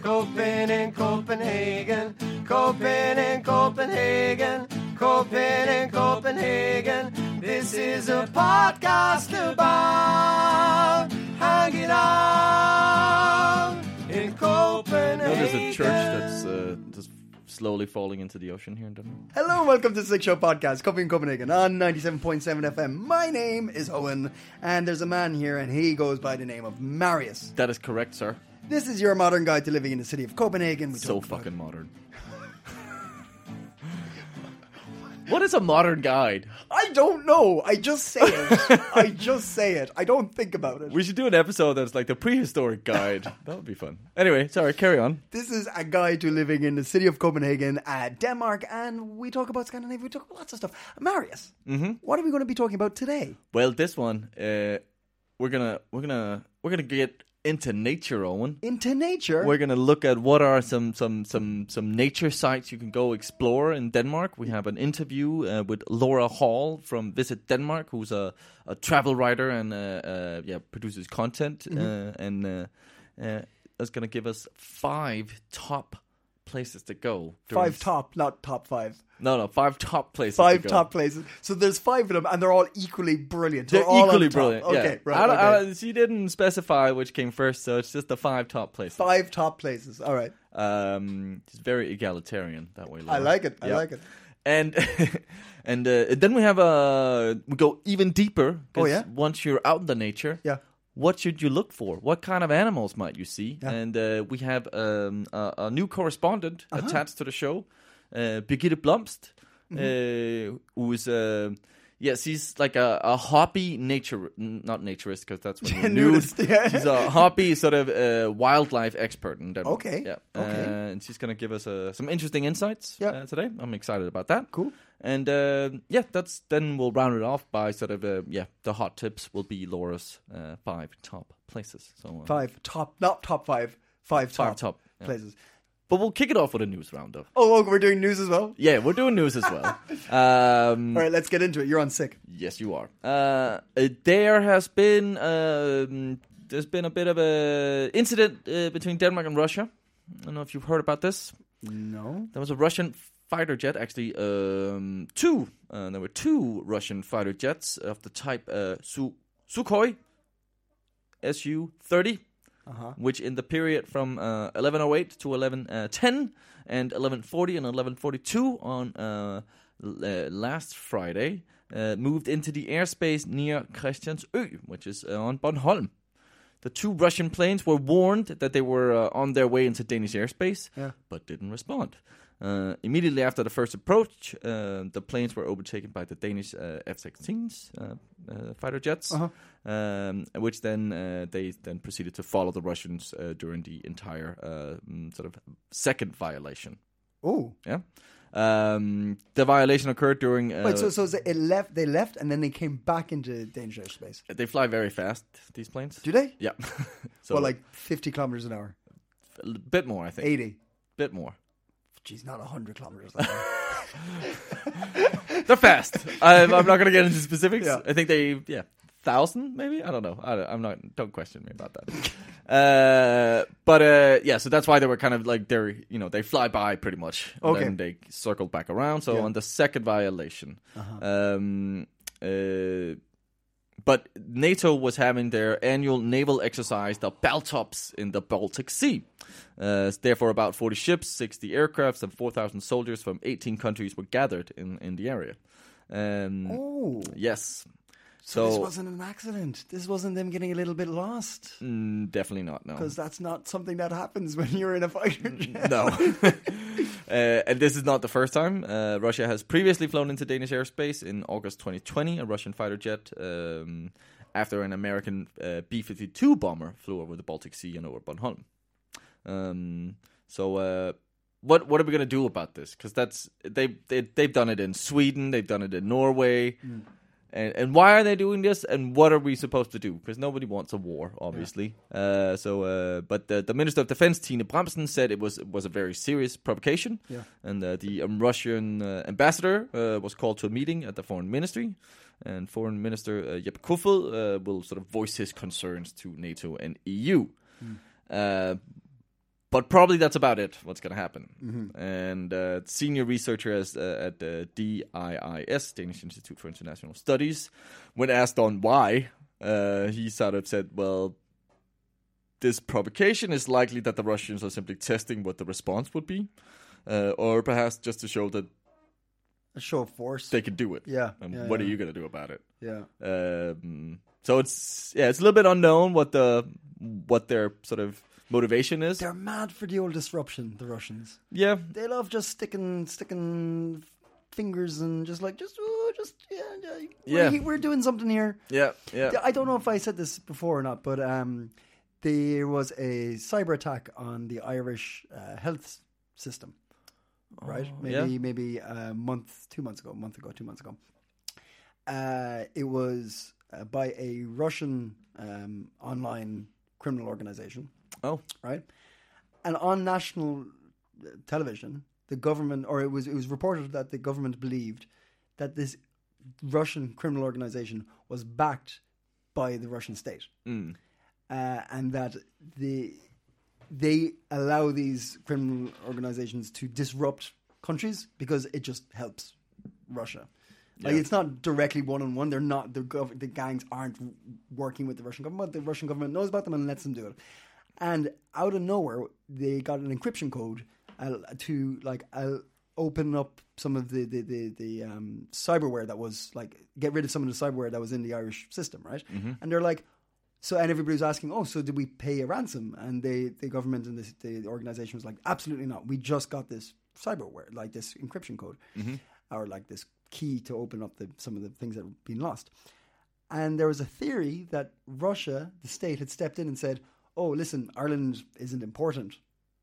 Copen in Copenhagen, Copen in Copenhagen, Copen in Copenhagen. This is a podcast about hanging out in Copenhagen. No, Oh, there's a church that's uh, just slowly falling into the ocean here in Denmark. Hello and welcome to the Six Show Podcast, Coffee in Copenhagen on 97.7 FM. My name is Owen, and there's a man here, and he goes by the name of Marius. That is correct, sir. This is your modern guide to living in the city of Copenhagen. We So talked about- fucking modern. what is a modern guide? I don't know. I just say it. I just say it. I don't think about it. We should do an episode that's like the prehistoric guide. that would be fun. Anyway, sorry, carry on. This is a guide to living in the city of Copenhagen, uh, Denmark, and we talk about Scandinavia. We talk about lots of stuff. Marius, Mm-hmm. what are we going to be talking about today? Well, this one uh, we're gonna we're gonna we're gonna get into nature, Owen. Into nature. We're gonna look at what are some some some some nature sites you can go explore in Denmark. We have an interview uh, with Laura Hall from Visit Denmark, who's a, a travel writer and uh, uh, yeah produces content Mm-hmm. uh, and uh, uh, is gonna give us five top places to go. during- five top, not top five. No, no, five top places. to five go. top places. So there's five of them, and they're all equally brilliant. They're all on equally top. brilliant. Okay, yeah. right. I don't- I okay. don't- she didn't specify which came first, so it's just the five top places. five top places. All right, Um, it's very egalitarian that way. I Laura. like it. I Yeah. like it. And and uh, then we have a we go even deeper. 'cause Oh, yeah? Once you're out in the nature, Yeah. What should you look for? What kind of animals might you see? Yeah. And uh, we have um, a, a new correspondent Uh-huh. attached to the show, uh, Birgitte Blomst, Mm-hmm. uh, who is. Uh, yeah, she's like a, a hobby nature, n- not naturist, because that's when you're nude. Nudist, yeah. She's a hobby sort of uh, wildlife expert in Denmark. Okay, Yeah. okay. Uh, and she's going to give us uh, some interesting insights Yeah. uh, today. I'm excited about that. Cool. And uh, yeah, that's then we'll round it off by sort of uh, yeah, the hot tips will be Laura's uh, five top places. So uh, Five top, not top five. Five top, Five top, yeah. places. But we'll kick it off with a news roundup. Oh, oh, we're doing news as well. Yeah, we're doing news as well. um, All right, let's get into it. You're on sick. Yes, you are. Uh, uh, there has been um, there's been a bit of a incident uh, between Denmark and Russia. I don't know if you've heard about this. No. There was a Russian fighter jet, actually, um, two. Uh, there were two Russian fighter jets of the type uh, Su- Sukhoi Su 30, which in the period from uh, 1108 to 1110 and 1140 and 1142 on uh, l- uh, last Friday uh, moved into the airspace near Christiansø, which is uh, on Bornholm. The two Russian planes were warned that they were uh, on their way into Danish airspace, Yeah. but didn't respond. Uh, immediately after the first approach, uh, the planes were overtaken by the Danish uh, F-16s uh, uh, fighter jets, Uh-huh. um, which then uh, they then proceeded to follow the Russians uh, during the entire uh, mm, sort of second violation. Oh, Yeah, um, the violation occurred during. Uh, wait. so, so it left. They left, and then they came back into danger space. they fly very fast. These planes. Do they? Yeah. so well, like 50 kilometers an hour, a l- bit more, I think. 80. Bit more. Jeez, not 100 kilometers an hour. They're fast. I'm, I'm not going to get into specifics. Yeah. I think they, yeah, thousand maybe. I don't know. I don't, I'm not. Don't question me about that. Uh, but uh, yeah, so that's why they were kind of like they're you know they fly by pretty much. And Okay. Then they circled back around. So Yeah. Uh-huh. on the second violation, um, uh, but NATO was having their annual naval exercise, the Baltops, in the Baltic Sea. Uh, therefore, about 40 ships, 60 aircrafts, and 4,000 soldiers from 18 countries were gathered in, in the area. Um, oh, Yes. this So, wasn't an accident. This wasn't them getting a little bit lost. mm, definitely not, no. because that's not something that happens when you're in a fighter jet. No. uh, and this is not the first time. Uh, Russia has previously flown into Danish airspace in August 2020, a Russian fighter jet. Um, after an American uh, B 52 bomber flew over the Baltic Sea and over Bornholm. Um, so, uh, what what are we going to do about this? Because that's they, they they've done it in Sweden, they've done it in Norway, and and why are they doing this? And what are we supposed to do? Because nobody wants a war, obviously. Uh, so, uh, but the, the Minister of Defense Tina Bramsen said it was it was a very serious provocation, Yeah. and uh, the um, Russian uh, ambassador uh, was called to a meeting at the foreign ministry. And Foreign Minister uh, Jeppe Kofod uh, will sort of voice his concerns to NATO and EU. Uh, but probably that's about it. What's going to happen? Mm-hmm. And uh, senior researcher as, uh, at the DIIS, Danish Institute for International Studies, when asked on why, uh, he sort of said, "Well, this provocation is likely that the Russians are simply testing what the response would be, uh, or perhaps just to show that A show of force. they can do it. Yeah, And yeah, what are yeah. you going to do about it? yeah. Um, so it's yeah, it's a little bit unknown what the what their sort of motivation is. They're mad for the old disruption, the Russians. yeah, They love just sticking sticking fingers and just like just ooh, just yeah, yeah. Yeah. We're, he- we're doing something here. yeah, yeah. I don't know if I said this before or not, but um, there was a cyber attack on the Irish uh, health s- system, right? maybe Oh, yeah. maybe a month, two months ago, a month ago, two months ago. Uh, it was uh, by a Russian um, online criminal organization Oh, right? And on national uh, television, the government, or it was it was reported that the government believed that this Russian criminal organization was backed by the Russian state, uh, and that the they allow these criminal organizations to disrupt countries because it just helps Russia. Like it's not directly one on one. They're not the gov- the gangs aren't working with the Russian government. The Russian government knows about them and lets them do it. And out of nowhere, they got an encryption code uh, to like uh, open up some of the the the, the um, cyberware that was like get rid of some of the cyberware that was in the Irish system, right? And they're like, so and everybody was asking, oh, so did we pay a ransom? And they, the government and the, the organization was like, absolutely not. We just got this cyberware, like this encryption code, Mm-hmm. or like this key to open up the, some of the things that have been lost. And there was a theory that Russia, the state, had stepped in and said, oh, listen, Ireland isn't important,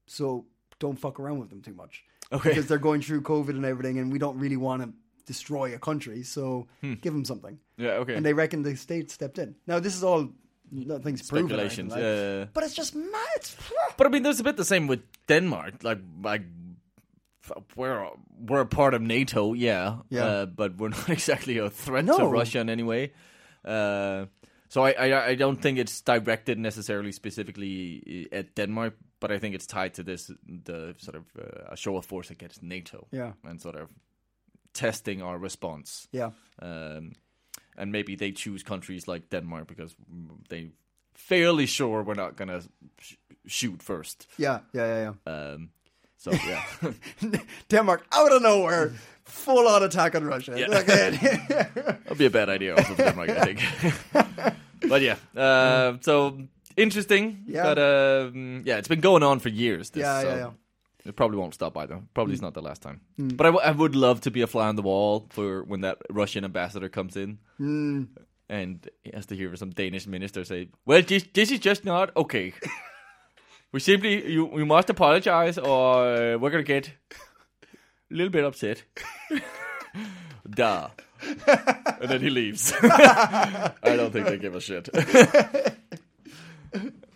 so don't fuck around with them too much. Okay. Because they're going through COVID and everything, and we don't really want to destroy a country, so give them something Hmm. yeah, okay. and they reckon the state stepped in. Now this is all nothing's proven, or anything, Speculations, like- yeah, yeah, yeah. But it's just mad. It's- But I mean, there's a bit the same with Denmark. Like, like f- we're we're a part of NATO, yeah, Yeah. Uh, but we're not exactly a threat to No. Russia in any way. Uh, so I, I I don't think it's directed necessarily specifically at Denmark, but I think it's tied to this the sort of uh, a show of force against NATO, Yeah. and sort of testing our response. yeah, um, and maybe they choose countries like Denmark because they fairly sure we're not gonna sh- shoot first. yeah, yeah, yeah, Um, so yeah, Uh. yeah. Denmark out of nowhere, full on attack on Russia. Yeah. Look at- that'd be a bad idea also for Denmark, I think. but yeah, uh, so interesting. Yeah. but um, yeah, it's been going on for years. This, Yeah, so yeah, Mm. yeah. It probably won't stop either. Probably it's not the last time. But I, w- I would love to be a fly on the wall for when that Russian ambassador comes in. and he has to hear some Danish minister say, "Well, this this is just not okay. we simply you we must apologize, or uh, we're gonna get a little bit upset." Duh. and then he leaves. I don't think they give a shit.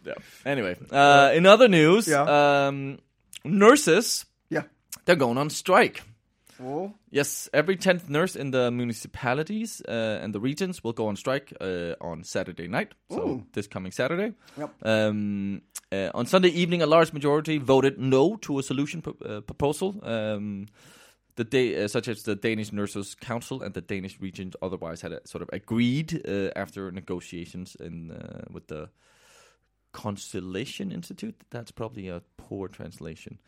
yeah. Anyway, uh, in other news, Yeah. um, nurses yeah. they're going on strike. Oh, Yes, every 10th nurse in the municipalities uh, and the regions will go on strike uh, on Saturday night. So Ooh. this coming Saturday. Yep. Um, uh, on Sunday evening, a large majority voted no to a solution pro- uh, proposal, um, the day, uh, such as the Danish Nurses Council and the Danish regions otherwise had uh, sort of agreed uh, after negotiations in, uh, with the Constellation Institute. That's probably a poor translation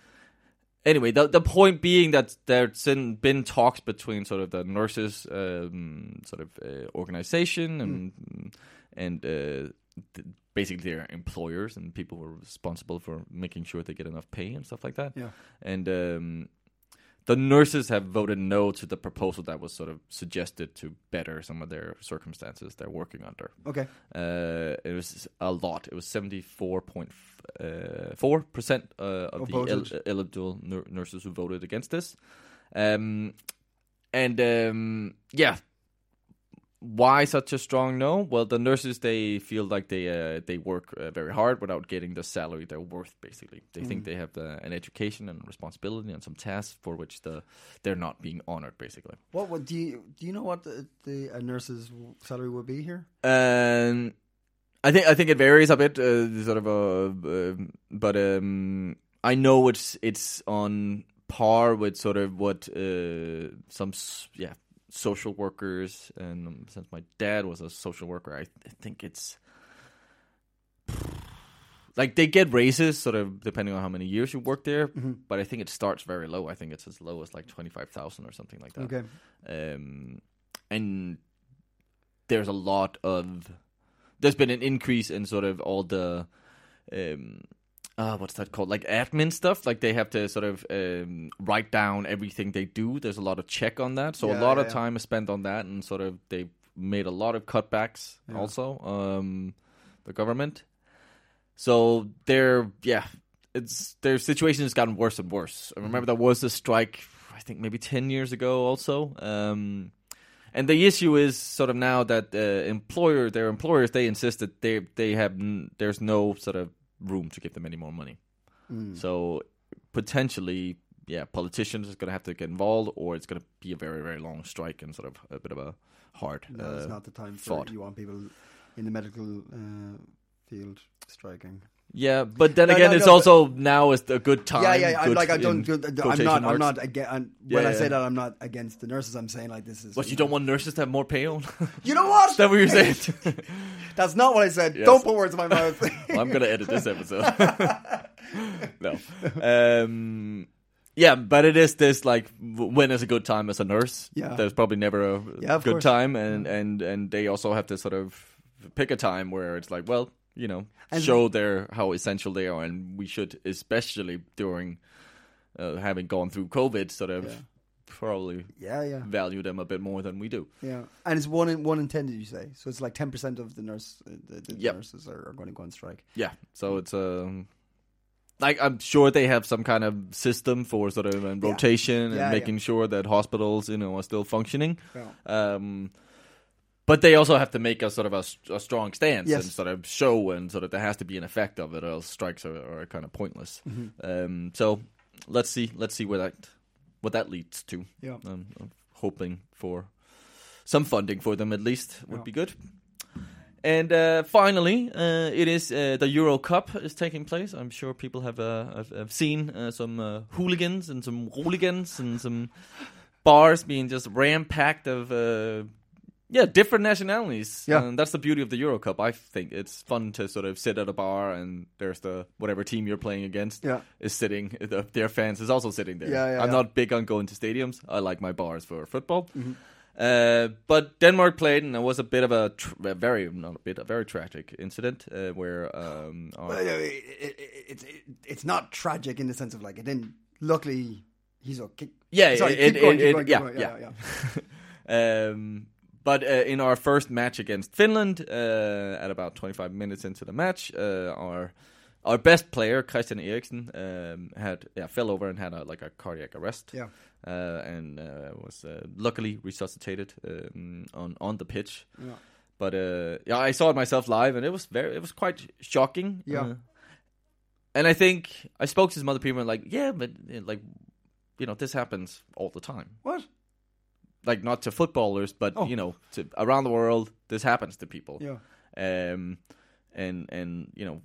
anyway, the the point being that there's been, been talks between sort of the nurses um, sort of uh, organization and and uh, th- basically their employers and people who are responsible for making sure they get enough pay and stuff like that. Yeah. and um, the nurses have voted no to the proposal that was sort of suggested to better some of their circumstances they're working under. Okay. Uh, it was a lot. It was seventy four point four percent uh, of the el- Opposed. uh, eligible nur- nurses who voted against this, um, and um, yeah. Why such a strong no? Well, the nurses they feel like they uh, they work uh, very hard without getting the salary they're worth. Basically, they think they have uh, an education and responsibility and some tasks for which the they're not being honored. Basically, What would do you do? You know what the, the a nurse's salary would be here? Um, I think I think it varies a bit, uh, sort of a, um but um, I know it's it's on par with sort of what uh, some s- yeah social workers and um, since my dad was a social worker, I, I think it's like they get raises sort of depending on how many years you work there, but I think it starts very low. I think it's as low as like twenty five thousand or something like that Okay. um, and there's a lot of there's been an increase in sort of all the um, uh, what's that called like admin stuff like they have to sort of um, write down everything they do there's a lot of check on that so a Yeah, lot of yeah. time is spent on that and sort of they made a lot of cutbacks also um, the government so they're yeah, it's their situation has gotten worse and worse. I Mm-hmm. remember there was a strike, I think maybe ten years ago also. Um, and the issue is sort of now that uh, employer their employers they insist that they they have n- there's no sort of room to give them any more money. Mm. So potentially, yeah, politicians is going to have to get involved, or it's going to be a very very long strike and sort of a bit of a hard. No, uh, it's not the time for thought. you want people in the medical uh, field striking. Yeah, but then No, again, no, it's no, also now is a good time. yeah, yeah. I'm good like I in don't. do- I'm quotation not. I'm marks. not again. when Yeah, I say yeah. that, I'm not against the nurses. I'm saying like this is. But you don't want nurses to have more pay on? Is You know what? that what you're saying? That's not what I said. Yes. Don't put words in my mouth. well, I'm gonna edit this episode. no. Um, yeah, but it is this like w- when is a good time as a nurse? Yeah. there's probably never a Yeah, of good course. time, and and and they also have to sort of pick a time where it's like, well, you know, And- show their how essential they are, and we should, especially during uh, having gone through COVID, sort of Yeah. probably yeah, yeah, value them a bit more than we do. yeah. And it's one in one in ten. Did you say? So it's like ten percent of the nurse, uh, the, the Yep. nurses are, are going to go on strike. Yeah, Mm. so it's um like I'm sure they have some kind of system for sort of um, Yeah. rotation and Yeah, yeah. making sure that hospitals, you know, are still functioning. Yeah. Um but they also have to make a sort of a, s- a strong stance Yes. and sort of show and sort of there has to be an effect of it or else strikes are, are kind of pointless. Mm-hmm. Um so let's see let's see where that what that leads to. Yeah. Um, I'm hoping for some funding for them at least would Yeah. be good. And uh, finally, uh, it is uh, the Euro Cup is taking place. I'm sure people have uh, have, have seen uh, some uh, hooligans and some hooligans and some bars being just rampacked of uh, yeah different nationalities. Yeah. and that's the beauty of the Euro Cup. I think it's fun to sort of sit at a bar and there's the whatever team you're playing against Yeah. is sitting. The, their fans is also sitting there. Yeah, yeah, I'm yeah. not big on going to stadiums. I like my bars for football. Uh, but Denmark played, and there was a bit of a, tr- a very not a bit a very tragic incident uh, where um, our- Well, uh, it- it- it- it's it- it's not tragic in the sense of like it didn't. Luckily, he's okay. Yeah, Sorry, it- keep it- going, it- keep it- going, keep yeah, going. yeah. um, but uh, in our first match against Finland, uh, at about 25 minutes into the match, uh, our our best player Christian Eriksen um, had yeah, fell over and had a, like a cardiac arrest. Yeah. uh, and uh, was uh, luckily resuscitated um, on on the pitch. Yeah. But uh, yeah, I saw it myself live, and it was very, it was quite shocking. Yeah. Uh, and I think I spoke to some other people, and like, yeah, but uh, like, you know, this happens all the time. What? Like, not to footballers, but Oh. you know, to around the world, this happens to people. Yeah. Um, and and you know,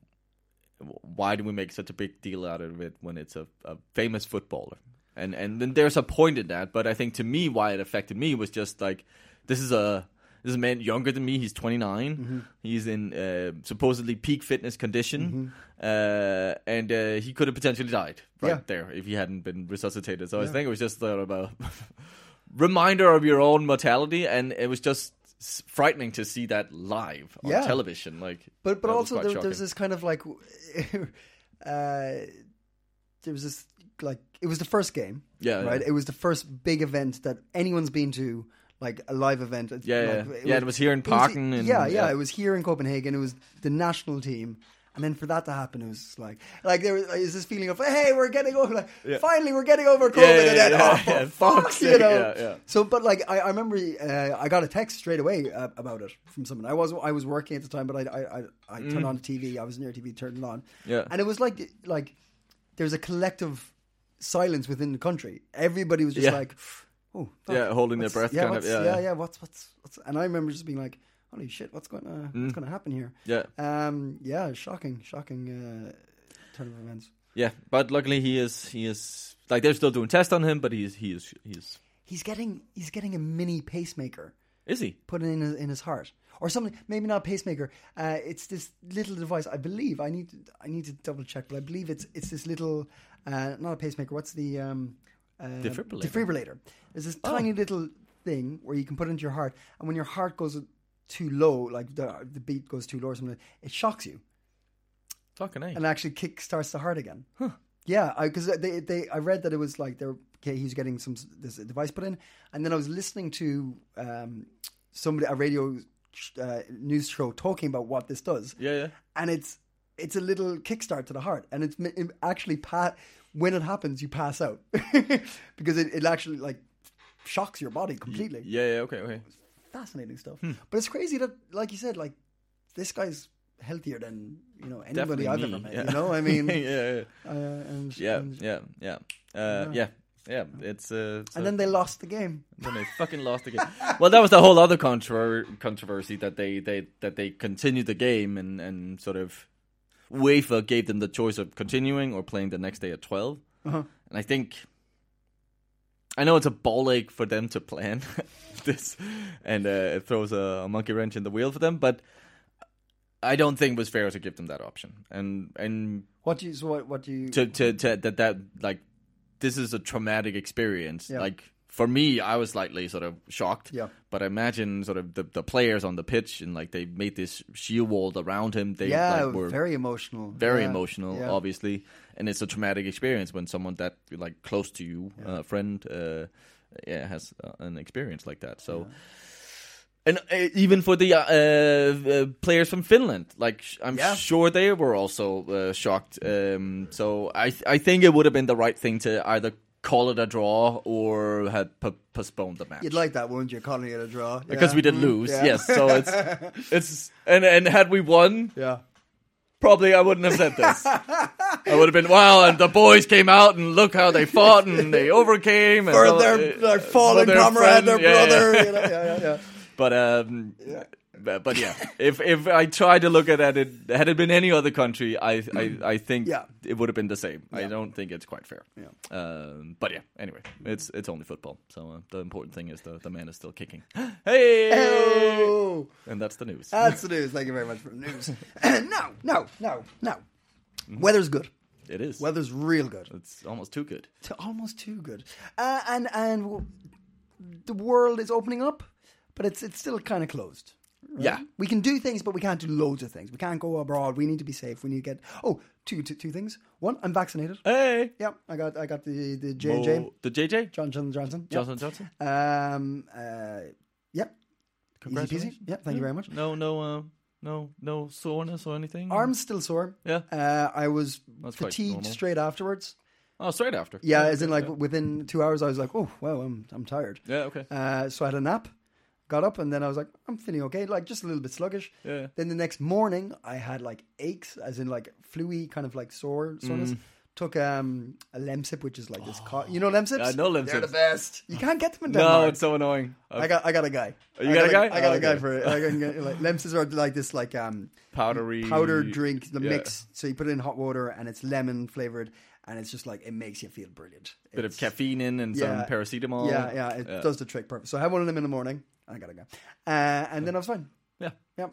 w- why do we make such a big deal out of it when it's a, a famous footballer? And and then there's a point in that, but I think to me, why it affected me was just like, this is a this is a man younger than me. He's 29. Mm-hmm. He's in uh, supposedly peak fitness condition, uh, and uh, he could have potentially died right Mm-hmm. Yeah. there if he hadn't been resuscitated. So I think it was just sort of uh, a reminder of your own mortality, and it was just s- frightening to see that live on Yeah. television. Like, But but that was also quite there, shocking. there's this kind of like, uh, there was this like it was the first game. Yeah, Right. yeah. It was the first big event that anyone's been to, like a live event. It's Yeah, like, yeah. Yeah, it was here in Parken and- yeah, yeah, yeah. It was here in Copenhagen. It was the national team. And then for that to happen, it was like, like there was like, is this feeling of, hey, we're getting over, like, finally we're getting over COVID, yeah, and then yeah, oh, yeah. fuck, Fuck's you sake, know. yeah, yeah. So, but like, I, I remember uh, I got a text straight away uh, about it from someone. I was I was working at the time, but I I, I, I turned on the TV. I was near TV, turned it on. Mm. Yeah. and it was like like there's a collective silence within the country. Everybody was just Yeah. like, oh, fuck, Yeah, holding their what's- breath Yeah, kind of, what's- yeah, yeah, yeah. yeah. What's what's what's? And I remember just being like, holy shit, what's going to what's going to happen here? Mm. Yeah. um, yeah, shocking, shocking uh, turn of events. Yeah, but luckily he is he is like they're still doing tests on him, but he's he is he is He's getting he's getting a mini pacemaker. is he? put it in his, in his heart or something maybe not a pacemaker uh, it's this little device i believe i need to, i need to double check but i believe it's it's this little uh, not a pacemaker what's the um, uh, Defibrillator. defibrillator there's this tiny little thing where you can put it into your heart and when your heart goes too low like the, the beat goes too low or something it shocks you Fucking a. and actually kick starts the heart again. Yeah, because they, they I read that it was like they're okay, he's getting some s- this device put in, and then I was listening to um, somebody a radio sh- uh, news show talking about what this does. Yeah, yeah. and it's it's a little kickstart to the heart, and it's ma- it actually pa- when it happens you pass out because it, it actually like shocks your body completely. Yeah, Hmm. yeah, okay, okay. Fascinating stuff, but it's crazy that like you said, like this guy's healthier than you know anybody Definitely I've me, ever met. yeah. You know, I mean. yeah, yeah. Uh, and, Yeah, and, yeah, yeah. Uh, yeah, yeah. It's uh, so- and then they lost the game. then they fucking lost the game. Well, that was the whole other contro- controversy that they, they that they continued the game and and sort of UEFA gave them the choice of continuing or playing the next day at 12 And I think I know it's a ball ache for them to plan this, and uh, it throws a, a monkey wrench in the wheel for them, but. I don't think it was fair to give them that option, and and What do you? So what? What do you? to to, to that that like this is a traumatic experience. Yeah. Like for me, I was slightly sort of shocked. Yeah. But I imagine sort of the, the players on the pitch and like they made this shield wall around him. They yeah, like, were very emotional. very Yeah, emotional, yeah. obviously, and it's a traumatic experience when someone that like close to you, uh, friend, uh, yeah, has uh, an experience like that. So. And uh, even for the uh, uh, players from Finland, like sh- I'm Yeah. sure they were also uh, shocked. Um, so I th- I think it would have been the right thing to either call it a draw or had p- postponed the match You'd like that, wouldn't you? Calling it a draw because Yeah. we did Mm, lose. yeah. Yes, so it's it's and and had we won, yeah. probably I wouldn't have said this. I would have been wow, and the boys came out and look how they fought and they overcame and For all- their, uh, their for fallen comrade, friend, their yeah, yeah. brother. You know, yeah, yeah, yeah. But um, but, but yeah, if if I try to look at it, had it been any other country, I I, I think Yeah. it would have been the same. I don't think it's quite fair. Yeah. Um, but yeah, anyway, it's it's only football, so uh, the important thing is the the man is still kicking. hey, Oh, and that's the news. that's the news. Thank you very much for the news. no, no, no, no. Mm-hmm. Weather's good. it is. Weather's real good. it's almost too good. to almost too good. Uh, and and w- the world is opening up, but it's it's still kind of closed. right? Yeah. we can do things, but we can't do loads of things. We can't go abroad. We need to be safe. We need to get oh two two, two things. One, I'm vaccinated. Hey, yeah, I got I got the the J and J Oh, the JJ Johnson Johnson yeah. Johnson Johnson. Um. Uh. Yep. Easy peasy. Congratulations. Yep. Thank you very much. No, no, uh, no, no soreness or anything. Arms still sore. Yeah. Uh, I was That's quite fatigued normal. straight afterwards. Oh, straight after. Yeah, as in like within two hours, I was like, oh wow, I'm I'm tired. Yeah. Okay. Uh, so I had a nap, got up, and then I was like, I'm feeling okay, like just a little bit sluggish. Yeah. Then the next morning, I had like aches, as in like fluey, kind of like sore soreness. Mm. Took um, a Lemsip, which is like this, co- you know Lemsips. I know Lemsips. They're the best. You can't get them in Denmark. no, it's so annoying. I got, I got a guy. you I got a guy? I got Oh, a guy okay. for it. I can get, like, Lemsips are like this, like um, powdery powder drink, the yeah. mix. So you put it in hot water, and it's lemon flavored, and it's just like it makes you feel brilliant. bit It's- of caffeine in and some paracetamol. yeah, yeah, it does the trick perfect. So I had one of them in the morning. I gotta go, uh, and then I was fine. Yeah. Yep.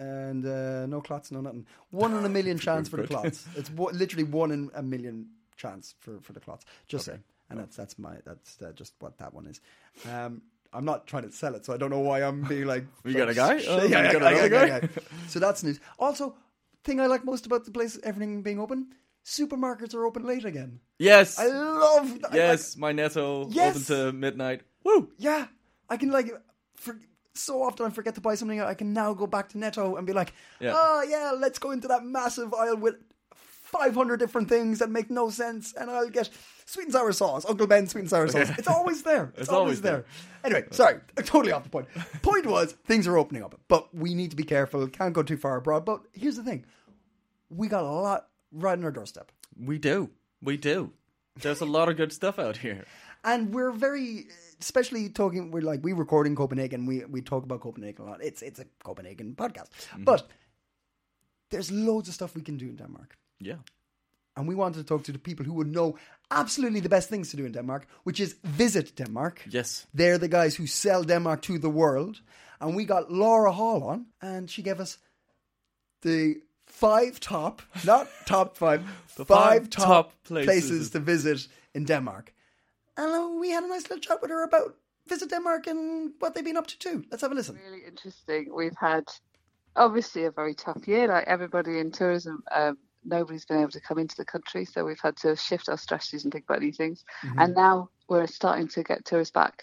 And uh, no clots, no nothing. One in a million chance for the clots. It's wo- literally one in a million chance for, for the clots. Just saying. And that's that's my that's uh, just what that one is. Um, I'm not trying to sell it, so I don't know why I'm being like. You got a guy? Yeah, Oh, you yeah, got yeah, another yeah, guy? yeah. So that's news. Also, thing I like most about the place, everything being open, supermarkets are open late again. Yes. I love that. yes, my Netto Yes. open to midnight. Woo! yeah, I can like for so often I forget to buy something. I can now go back to Netto and be like, Yeah. oh yeah, let's go into that massive aisle with five hundred different things that make no sense, and I'll get sweet and sour sauce, Uncle Ben's sweet and sour sauce. It's always there. It's, always, always there. there. Anyway, sorry, totally off the point. Point was things are opening up, but we need to be careful. Can't go too far abroad. But here's the thing: we got a lot right on our doorstep. We do. We do. There's a lot of good stuff out here. and we're very especially talking we're like we record in copenhagen we we talk about copenhagen a lot it's it's a copenhagen podcast but there's loads of stuff we can do in denmark Yeah. and we wanted to talk to the people who would know absolutely the best things to do in denmark which is visit denmark Yes. they're the guys who sell denmark to the world and we got laura hall on and she gave us the five top not top five The five, five top, top places. places. to visit in denmark and uh, we had a nice little chat with her about visit denmark and what they've been up to too let's have a listen really interesting. We've had obviously a very tough year, like everybody in tourism. Um, nobody's been able to come into the country, so we've had to shift our strategies and think about new things. And now we're starting to get tourists back,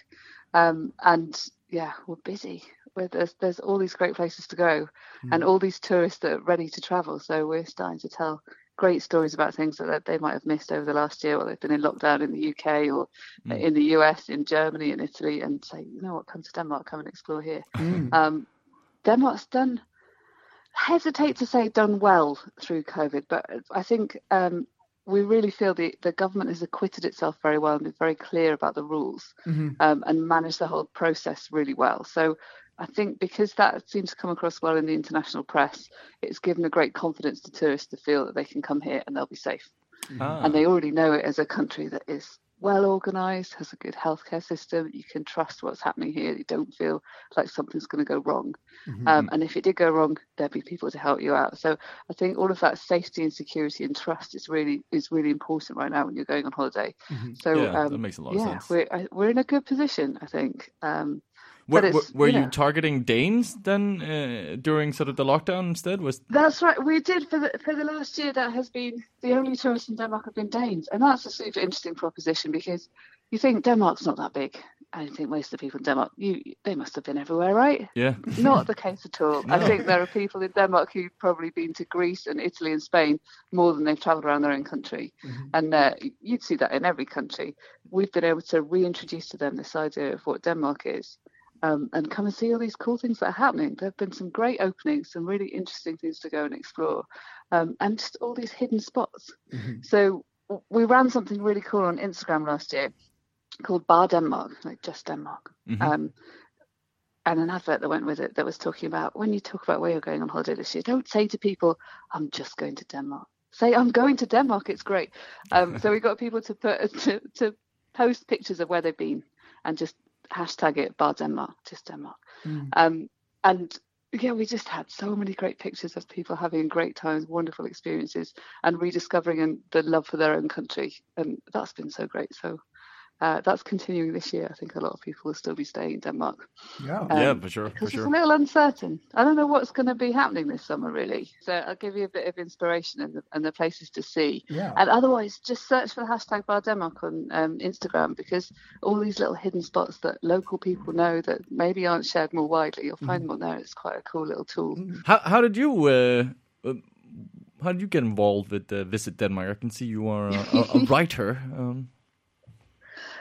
um, and yeah, we're busy. Where there's, there's all these great places to go, and all these tourists that are ready to travel. So we're starting to tell great stories about things that they might have missed over the last year, or they've been in lockdown in the UK or in the US, in Germany, in Italy, and say, you know what, come to Denmark, come and explore here. Um, Denmark's done hesitate to say done well through COVID, but I think um, we really feel the, the government has acquitted itself very well and been very clear about the rules um, and managed the whole process really well. So I think because that seems to come across well in the international press, it's given a great confidence to tourists to feel that they can come here and they'll be safe Ah. and they already know it as a country that is well organized, has a good healthcare system. You can trust what's happening here. You don't feel like something's going to go wrong. Mm-hmm. Mm. Um, and if it did go wrong, there'd be people to help you out. So I think all of that safety and security and trust is really is really important right now when you're going on holiday. So Mm-hmm. Yeah, um, that makes a lot of yeah, sense. We're I- we're in a good position, I think. Um, Were, but it's, were, were you know. targeting Danes then uh, during sort of the lockdown instead? Was That's right. We did for the for the last year. That has been the only tourists in Denmark have been Danes, and that's a super interesting proposition because you think Denmark's not that big. I think most of the people in Denmark, you they must have been everywhere, right? yeah. Not the case at all. I think there are people in Denmark who've probably been to Greece and Italy and Spain more than they've travelled around their own country. And uh, you'd see that in every country. We've been able to reintroduce to them this idea of what Denmark is um, and come and see all these cool things that are happening. There have been some great openings, some really interesting things to go and explore, um, and just all these hidden spots. So w- we ran something really cool on Instagram last year called Bar Denmark, like just Denmark. Um, and an advert that went with it that was talking about when you talk about where you're going on holiday this year, don't say to people, I'm just going to Denmark. Say, I'm going to Denmark. It's great. Um, so we got people to put to, to post pictures of where they've been and just hashtag it bar Denmark, just Denmark. Um, and yeah, we just had so many great pictures of people having great times, wonderful experiences, and rediscovering and the love for their own country. And that's been so great. So uh, that's continuing this year. I think a lot of people will still be staying in Denmark. yeah Um, yeah, for sure, for Because sure. it's a little uncertain. I don't know what's going to be happening this summer, really. So I'll give you a bit of inspiration and the, and the places to see. Yeah. And otherwise, just search for the hashtag Bar Denmark on um, Instagram because all these little hidden spots that local people know that maybe aren't shared more widely, you'll Mm. find them on there. It's quite a cool little tool. How how did you uh, uh, how did you get involved with uh, Visit Denmark? I can see you are a, a, a writer. Um,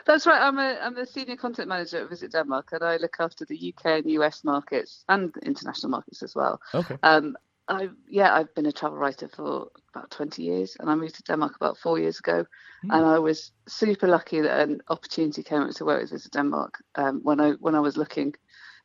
That's right. I'm a I'm a senior content manager at Visit Denmark, and I look after the UK and US markets and international markets as well. okay. Um, I yeah, I've been a travel writer for about twenty years, and I moved to Denmark about four years ago, and I was super lucky that an opportunity came up to work with Visit Denmark um, when I when I was looking.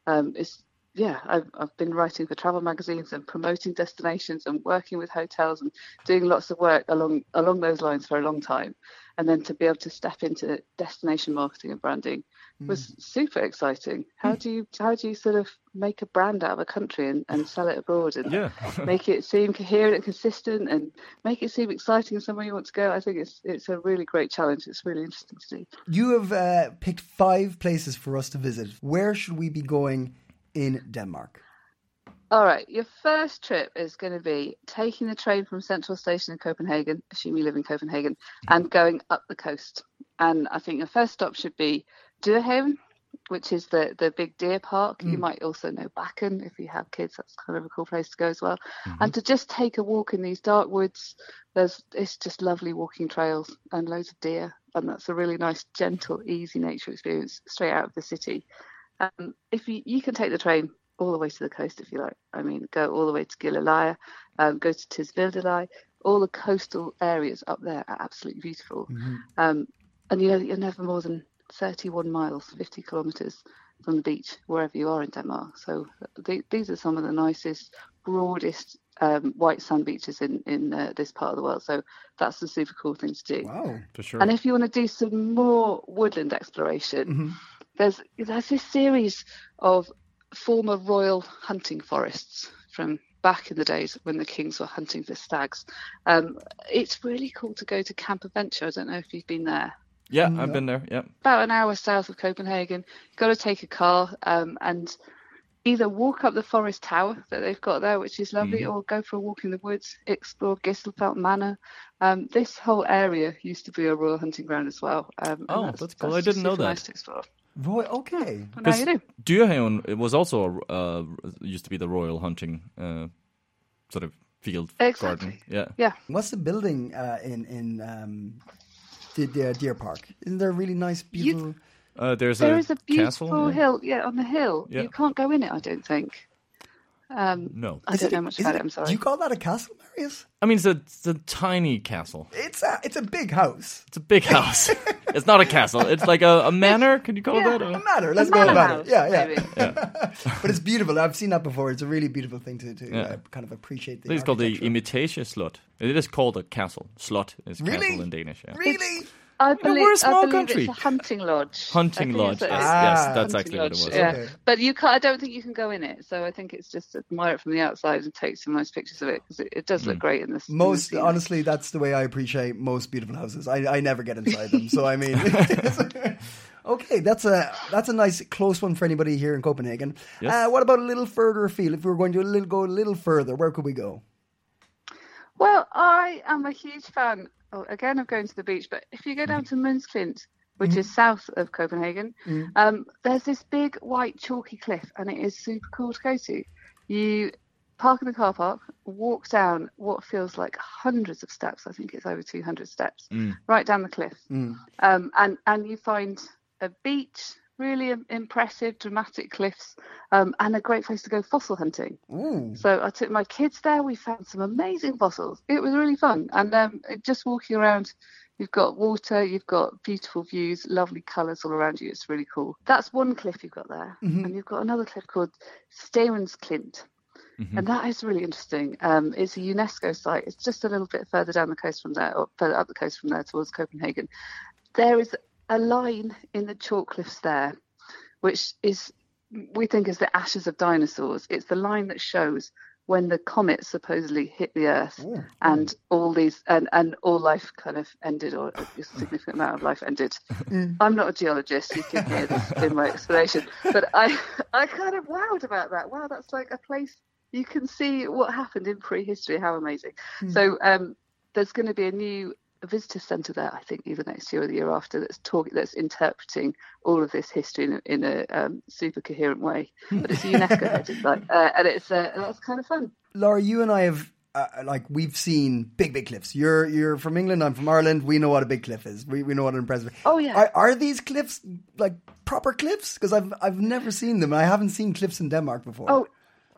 Um, it's yeah, I've I've been writing for travel magazines and promoting destinations and working with hotels and doing lots of work along along those lines for a long time, and then to be able to step into destination marketing and branding was super exciting. How do you how do you sort of make a brand out of a country and, and sell it abroad and Yeah. make it seem coherent and consistent and make it seem exciting and somewhere you want to go? I think it's it's a really great challenge. It's really interesting to do. you have uh, picked five places for us to visit where should we be going in denmark All right, your first trip is going to be taking the train from Central Station in Copenhagen, assuming you live in Copenhagen, and going up the coast. And I think your first stop should be Duehaven, which is the, the big deer park. You might also know Bakken if you have kids. That's kind of a cool place to go as well. And to just take a walk in these dark woods, there's it's just lovely walking trails and loads of deer. And that's a really nice, gentle, easy nature experience straight out of the city. Um, if you, you can take the train all the way to the coast if you like. I mean, go all the way to Gilleleje, um, go to Tisvildelei. All the coastal areas up there are absolutely beautiful. Um, and you know that you're never more than 31 miles, 50 kilometres from the beach, wherever you are in Denmark. So th- these are some of the nicest, broadest um, white sand beaches in, in uh, this part of the world. So that's a super cool thing to do. Wow. for sure. And if you want to do some more woodland exploration, there's there's this series of former royal hunting forests from back in the days when the kings were hunting for stags. Um, it's really cool to go to Camp Adventure. I don't know if you've been there Yeah, Um, I've been there. Yeah. about an hour south of Copenhagen. Got to take a car um, and either walk up the forest tower that they've got there, which is lovely, Mm-hmm. or go for a walk in the woods, explore Gisselfeld Manor. Um, this whole area used to be a royal hunting ground as well. Um, and Oh, that's cool. I didn't know super that. Nice to explore. Roy, okay. Well, now you do. Duehaven it was also a, uh, used to be the royal hunting uh, sort of field garden. Exactly. Yeah. Yeah. What's the building uh, in in um, the, the uh, Deer Park? Isn't there a really nice, beautiful? Uh, there's There a is a castle, beautiful yeah. hill, yeah, on the hill. Yeah. You can't go in it, I don't think. Um, No, I don't Isn't know much isn't about it, I'm Do sorry. you call that a castle, Marius? I mean it's a, it's a tiny castle. It's a it's a big house. It's a big house. it's not a castle. It's like a, a manor. Could you call it that? A Or- matter. Let's A go manor about house, it. Yeah, yeah. maybe. But it's beautiful. I've seen that before. It's a really beautiful thing to, to uh, Yeah. kind of appreciate. I The think it's called the architecture. imitation slot. It is called a castle. Slot is Really? castle in Danish. Yeah. Really? I believe, we're a small I believe country. it's a hunting lodge. Hunting I think lodge. it's a- Yes, it's yes, Ah. a that's hunting actually what it lodge, was. Yeah. Okay. But you can't, I don't think you can go in it. So I think it's just admire it from the outside and take some nice pictures of it because it, it does Hmm. look great in this. in the Most scenery. honestly, that's the way I appreciate most beautiful houses. I, I never get inside them, so I mean, okay, that's a that's a nice close one for anybody here in Copenhagen. Uh, what about a little further afield? If we were going to a little go a little further, where could we go? Well, I am a huge fan. Oh, again, I'm going to the beach, but if you go down to Mundsklint, which is south of Copenhagen, um, there's this big white chalky cliff, and it is super cool to go to. You park in the car park, walk down what feels like hundreds of steps. I think it's over 200 steps, right down the cliff, um, and and you find a beach, really im- impressive, dramatic cliffs, um, and a great place to go fossil hunting. Ooh, So I took my kids there. We found some amazing fossils. It was really fun. And um, just walking around, you've got water, you've got beautiful views, lovely colours all around you. It's really cool. That's one cliff you've got there. And you've got another cliff called Stearns Clint. And that is really interesting. Um, it's a UNESCO site. It's just a little bit further down the coast from there, or further up the coast from there towards Copenhagen. There is a line in the chalk cliffs there, which is we think is the ashes of dinosaurs. It's the line that shows when the comet supposedly hit the Earth, and all these and, and all life kind of ended, or a significant amount of life ended. I'm not a geologist. You can hear this in my explanation, but I I kind of wowed about that. Wow, that's like a place you can see what happened in prehistory. How amazing! So um, there's going to be a new visitor centre there, I think, either next year or the year after. That's talking, that's interpreting all of this history in, a- in a um, super coherent way. But it's a UNESCO heritage site, uh, and it's uh, and that's kind of fun. Laura, you and I have. Uh, like we've seen big, big cliffs. You're you're from England. I'm from Ireland. We know what a big cliff is. We we know what an impressive. Oh, yeah. Are, are these cliffs like proper cliffs? Because I've I've never seen them. and I haven't seen cliffs in Denmark before. Oh,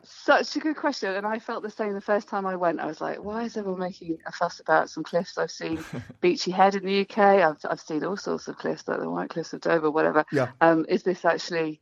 such a good question. And I felt the same the first time I went. I was like, why is everyone making a fuss about some cliffs? I've seen Beachy Head in the UK. I've, I've seen all sorts of cliffs, like the White Cliffs of Dover, whatever. Yeah. Um, is this actually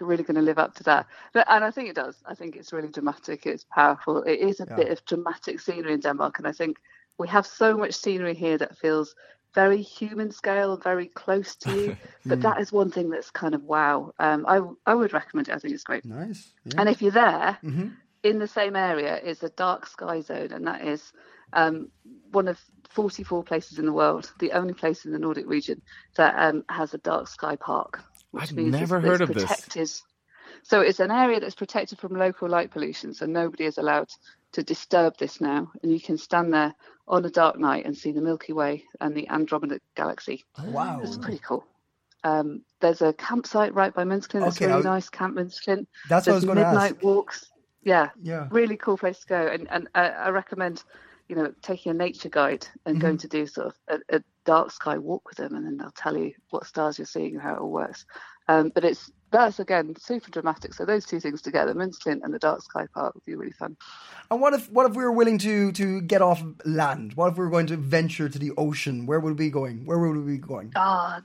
really going to live up to that? But, and I think it does. I think it's really dramatic. It's powerful. It is a bit of dramatic scenery in Denmark. And I think we have so much scenery here that feels very human scale, very close to you. but that is one thing that's kind of wow. Um, I, I would recommend it. I think it's great. nice. Yeah. And if you're there, Mm-hmm. in the same area is the dark sky zone, and that is um, one of 44 places in the world, the only place in the Nordic region that um, has a dark sky park. Which I'd means never it's, heard it's of this. protected. So it's an area that's protected from local light pollution, so nobody is allowed to disturb this now. And you can stand there on a dark night and see the Milky Way and the Andromeda Galaxy. Wow. It's pretty cool. Um, there's a campsite right by Minskland. It's Okay, really I- nice, Camp Minskland. That's what I There's was gonna midnight ask. walks. Yeah, Yeah. really cool place to go. And and I, I recommend, you know, taking a nature guide and Mm-hmm. going to do sort of a, a dark sky walk with them, and then they'll tell you what stars you're seeing and how it all works. Um, but it's that's again super dramatic. So those two things together, Minskland and the dark sky part, would be really fun. And what if what if we were willing to to get off land? What if we were going to venture to the ocean? Where would we be going? Where would we be going? Ah,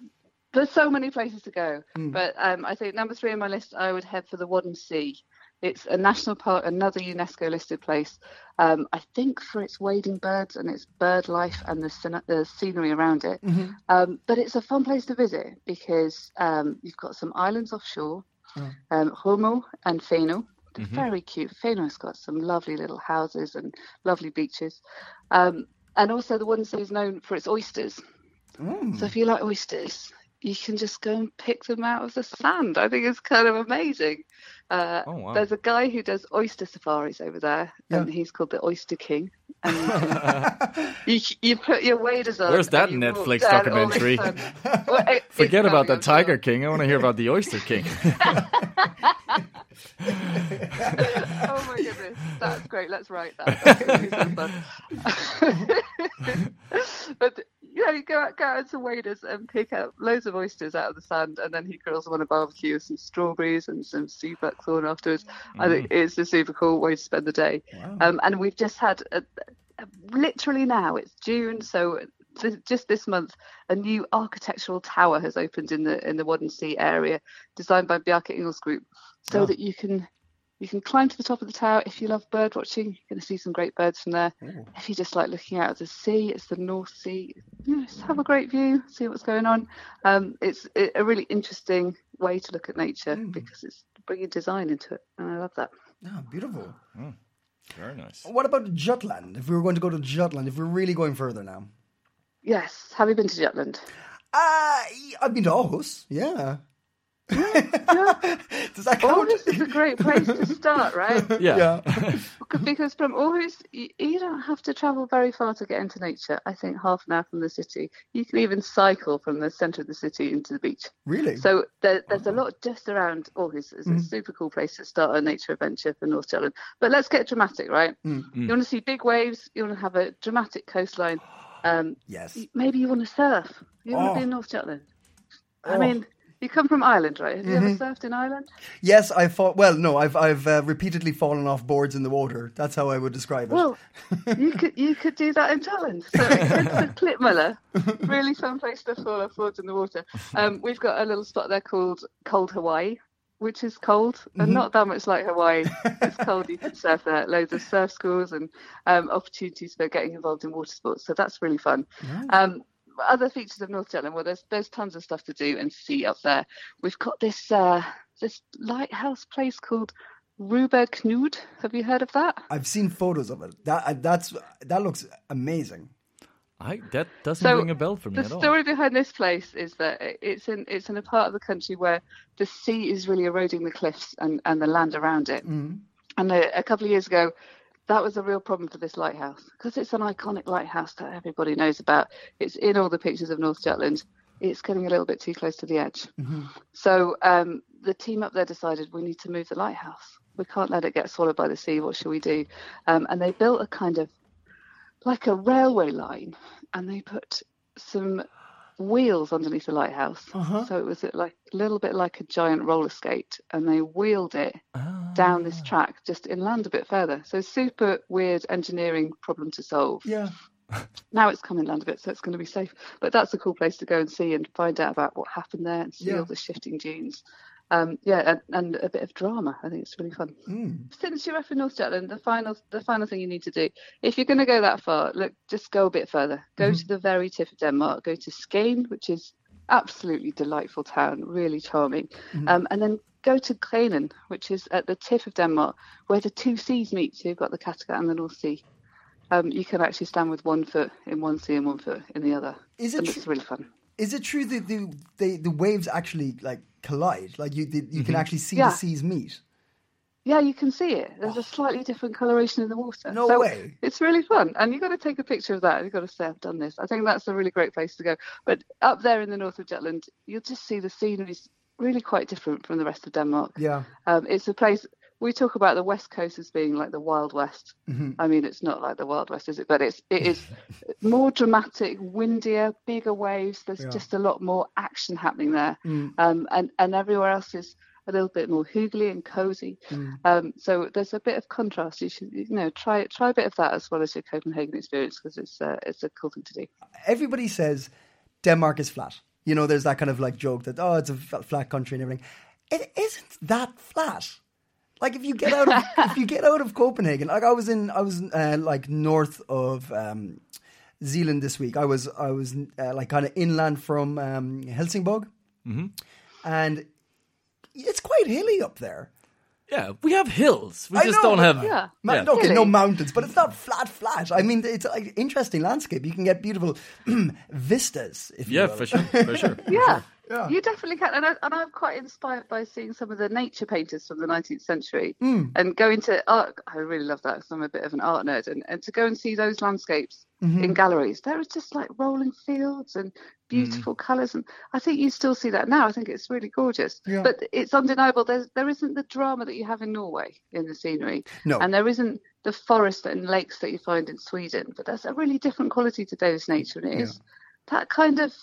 there's so many places to go. But um, I think number three on my list, I would head for the Wadden Sea. It's a national park, another UNESCO listed place. Um, I think for its wading birds and its bird life and the, scen- the scenery around it. Um, but it's a fun place to visit because um, you've got some islands offshore, um, Humo and Fano. They're Very cute. Fano's got some lovely little houses and lovely beaches. Um, and also, the Wadden Sea is known for its oysters. So Hmm. if you like oysters, you can just go and pick them out of the sand. I think it's kind of amazing. Uh, Oh, wow. There's a guy who does oyster safaris over there, and he's called the Oyster King. And you, can- you, you put your waders on. Where's and that you walk Netflix down all this documentary? sand. Well, it- it's Forget about coming, that I'm sure. Tiger King. I want to hear about the Oyster King. Oh my goodness, that's great. Let's write that. That's gonna be so fun. but you know, you go out, go out to Waders and pick up loads of oysters out of the sand, and then he grills them on a barbecue with some strawberries and some sea buckthorn afterwards. I think it's a super cool way to spend the day. Um, and we've just had a, a- literally now it's June, so. th- Just this month, a new architectural tower has opened in the in the Wadden Sea area, designed by Bjarke Ingels Group, so that you can you can climb to the top of the tower if you love bird watching. You're going to see some great birds from there. If you just like looking out at the sea, it's the North Sea. You know, just have a great view, see what's going on. Um, it's a a really interesting way to look at nature because it's bringing design into it, and I love that. Ah, beautiful. Very nice. What about Jutland? If we were going to go to Jutland, if we're really going further now, Yes, have you been to Jutland? uh, I've been to Aarhus. Yeah. Does that Oh, count? this is a great place to start, right? Yeah. Because- because from Aarhus, you, you don't have to travel very far to get into nature. I think half an hour from the city. You can even cycle from the centre of the city into the beach. Really? So Oh, there, there's a lot just around August. It's Mm-hmm. a super cool place to start a nature adventure for North Jutland. But let's get dramatic, right? Mm-hmm. You want to see big waves. You want to have a dramatic coastline. Um, yes. y- maybe you want to surf. You want Oh. to be in North Jutland. Oh. Mm-hmm. I mean, you come from Ireland, right? Have you ever surfed in Ireland? Yes, I fall. Well, no, I've I've uh, repeatedly fallen off boards in the water. That's how I would describe it. Well, you could you could do that in Jutland. So it's Clipmuller, really fun place to fall off boards in the water. Um, we've got a little spot there called Cold Hawaii, which is cold and not that much like Hawaii. It's cold. You can surf there. Loads of surf schools and um, opportunities for getting involved in water sports. So that's really fun. Um, other features of North Jutland, well, there's there's tons of stuff to do and see up there. We've got this uh, this lighthouse place called Ruber Knud. Have you heard of that? I've seen photos of it. That I- that's that looks amazing. I, that doesn't So, ring a bell for me the at all. story behind this place is that it- it's in it's in a part of the country where the sea is really eroding the cliffs and, and the land around it. Mm-hmm. And a, a couple of years ago, that was a real problem for this lighthouse because it's an iconic lighthouse that everybody knows about. It's in all the pictures of North Jutland. It's getting a little bit too close to the edge. Mm-hmm. So um, the team up there decided we need to move the lighthouse. We can't let it get swallowed by the sea. What shall we do? Um, and they built a kind of like a railway line and they put some wheels underneath the lighthouse. Uh-huh. So it was uh, like a little bit like a giant roller skate and they wheeled it down Ah. this track just inland a bit further. So super weird engineering problem to solve. Yeah. Now it's come inland a bit, so it's going to be safe. But that's a cool place to go and see and find out about what happened there and see Yeah. all the shifting dunes. Um, yeah, and, and a bit of drama. I think it's really fun since you're up in North Jutland, the final the final thing you need to do, if you're going to go that far, look, just go a bit further. Mm-hmm. Go to the very tip of Denmark. Go to Skane, which is absolutely delightful town, really charming, Mm-hmm. um, and then go to Grenen, which is at the tip of Denmark, where the two seas meet. So you've got the Kattegat and the North Sea. Um, you can actually stand with one foot in one sea and one foot in the other. Is it and tr- it's really fun. Is it true that the the, the waves actually like collide. Like you, the, you can actually see Yeah. the seas meet. Yeah, you can see it. There's a slightly different coloration in the water. Oh. No So way. It's really fun. And you've got to take a picture of that. You've got to say, I've done this. I think that's a really great place to go. But up there in the north of Jutland, you'll just see the scenery is really quite different from the rest of Denmark. Yeah. Um, it's a place we talk about the West Coast as being like the Wild West. I mean, it's not like the Wild West, is it? But it's it is more dramatic, windier, bigger waves. There's just a lot more action happening there, um, and and everywhere else is a little bit more hoogly and cozy. Um, so there's a bit of contrast. You should you know try try a bit of that as well as your Copenhagen experience because it's uh, it's a cool thing to do. Everybody says Denmark is flat. You know, there's that kind of like joke that oh, it's a f- flat country and everything. It isn't that flat. Like if you get out of if you get out of Copenhagen, like I was in I was uh, like north of um, Zealand this week. I was I was uh, like kind of inland from um, Helsingborg, and it's quite hilly up there. Yeah, we have hills. We I just know, don't have. Yeah. Ma- Yeah. Okay, no Really? mountains, but it's not flat, flat. I mean, it's an interesting landscape. You can get beautiful vistas. If you Yeah, will. for sure, for sure. yeah, you definitely can. And, I, and I'm quite inspired by seeing some of the nature painters from the 19th century Mm. and going to art. I really love that because I'm a bit of an art nerd. And, and to go and see those landscapes Mm-hmm. in galleries, there was just like rolling fields and Mm. beautiful colours. And I think you still see that now. I think it's really gorgeous. Yeah. But it's undeniable. There's, there isn't the drama that you have in Norway in the scenery. No. And there isn't the forest and lakes that you find in Sweden. But there's a really different quality to those nature. And it is that kind of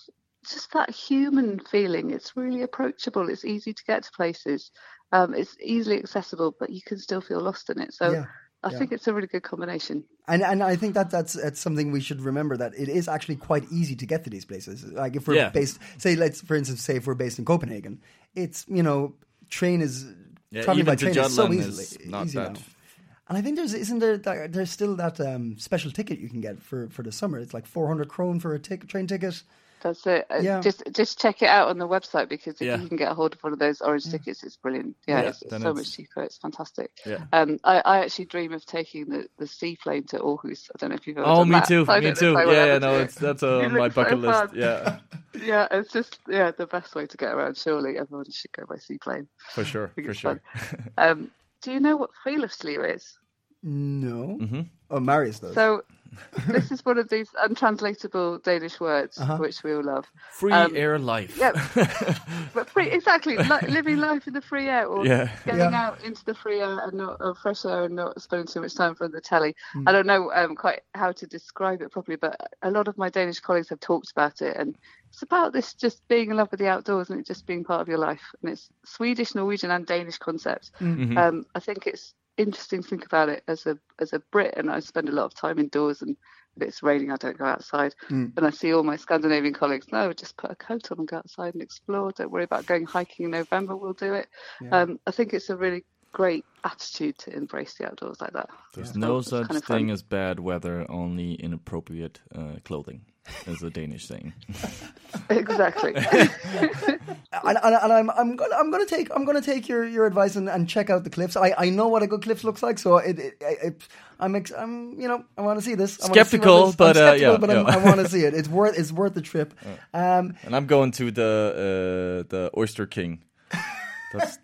just that human feeling. It's really approachable. It's easy to get to places. Um, it's easily accessible, but you can still feel lost in it. So Yeah, I think it's a really good combination. And and I think that that's, that's something we should remember that it is actually quite easy to get to these places. Like if we're Yeah. based, say, let's for instance, say if we're based in Copenhagen, it's you know, train is traveling by even to train is so Jutland easily is not easy that- now. And I think there's isn't there that, there's still that um, special ticket you can get for, for the summer. It's like 400 krone for a tic- train ticket. That's it. Uh, Yeah. Just just check it out on the website because if Yeah. you can get a hold of one of those orange tickets, it's brilliant. Yeah, it's, it's then so it's- much cheaper. It's fantastic. Yeah. Um, I, I actually dream of taking the, the seaplane to Aarhus. I don't know if you've ever Oh, done me that. too. Me I don't know too. if I will Yeah, yeah, ever no, do it. it's that's It on my looks so bucket list. fun. Yeah, Yeah, it's just yeah the best way to get around. Surely everyone should go by seaplane. for sure, think for it's sure. Um, do you know what friluftsliv is? No, Mm-hmm. oh Marius does. So this is one of these untranslatable Danish words which we all love. Free Um, air life. Yeah, but free exactly li- living life in the free air or Yeah. getting Yeah. out into the free air and not uh, fresh air and not spending too much time in front of the telly. I don't know um, quite how to describe it properly, but a lot of my Danish colleagues have talked about it, and it's about this just being in love with the outdoors and it just being part of your life. And it's Swedish, Norwegian, and Danish concept. Um, I think it's interesting to think about it as a as a Brit, and I spend a lot of time indoors and. If it's raining, I don't go outside. And I see all my Scandinavian colleagues, no, just put a coat on and go outside and explore. Don't worry about going hiking in November, we'll do it. Um, I think it's a really great attitude to embrace the outdoors like that. There's So no it's such kind of fun. thing as bad weather, only inappropriate uh, clothing, is a Danish saying. exactly. and, and, and I'm I'm gonna I'm gonna take I'm gonna take your, your advice and, and check out the cliffs. I, I know what a good cliff looks like, so it, it, I- it I'm ex- I'm you know I want to see this. I wanna see what Skeptical, it is. I'm but, uh, skeptical, yeah, but I'm- yeah. I want to see it. It's worth it's worth the trip. Um, And I'm going to the uh, the Oyster King. That's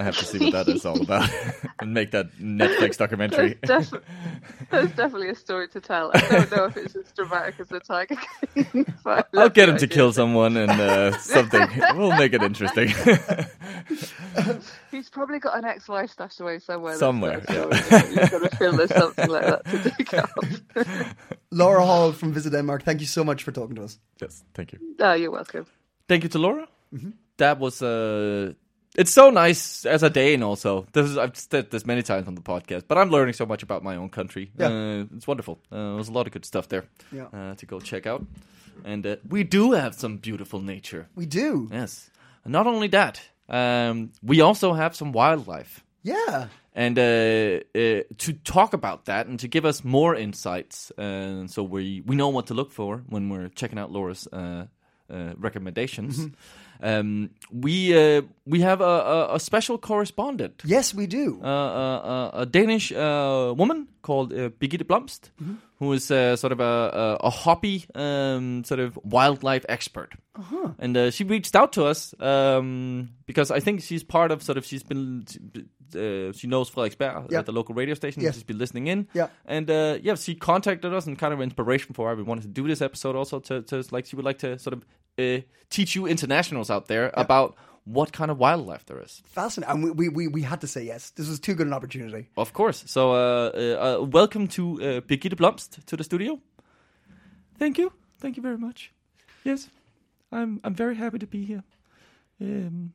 I have to see what that is all about and make that Netflix documentary. There's defi- there's definitely a story to tell. I don't know if it's as dramatic as the Tiger King. but I I'll love get the him to idea. kill someone and uh, something. We'll make it interesting. He's probably got an ex-wife stashed away somewhere. that's Somewhere, got a story. You've got to feel there's something like that to dig up. Laura Hall from Visit Denmark, thank you so much for talking to us. yes, thank you. no, you're welcome. Thank you to Laura. Mm-hmm. That was uh it's so nice as a Dane also. This is, I've said this many times on the podcast, but I'm learning so much about my own country. Yeah. Uh, it's wonderful. Uh, there's a lot of good stuff there Yeah. uh, to go check out. And uh, we do have some beautiful nature. We do, Yes. Not only that, um, we also have some wildlife. yeah. And uh, uh, to talk about that and to give us more insights, uh, so we we know what to look for when we're checking out Laura's uh, uh, recommendations. Um, we uh, we have a, a, a special correspondent, Yes, we do. uh, a, a, a Danish uh, woman called uh, Birgitte Blomst, Mm-hmm. who is uh, sort of a, a, a hobby um, sort of wildlife expert. Uh-huh. And uh, she reached out to us um, because I think she's part of sort of she's been uh, she knows Frederiksberg Yeah. at the local radio station. Yes. She's been listening in. Yeah. And uh, yeah, she contacted us and kind of inspiration for her. We wanted to do this episode also to, to like she would like to sort of uh, teach you internationals out there about what kind of wildlife there is. Fascinating. And we, we, we, we had to say yes. This was too good an opportunity. Of course. So, uh, uh, uh, welcome to uh, Birgitte Blomst to the studio. Thank you. Thank you very much. Yes, I'm. I'm very happy to be here. Um,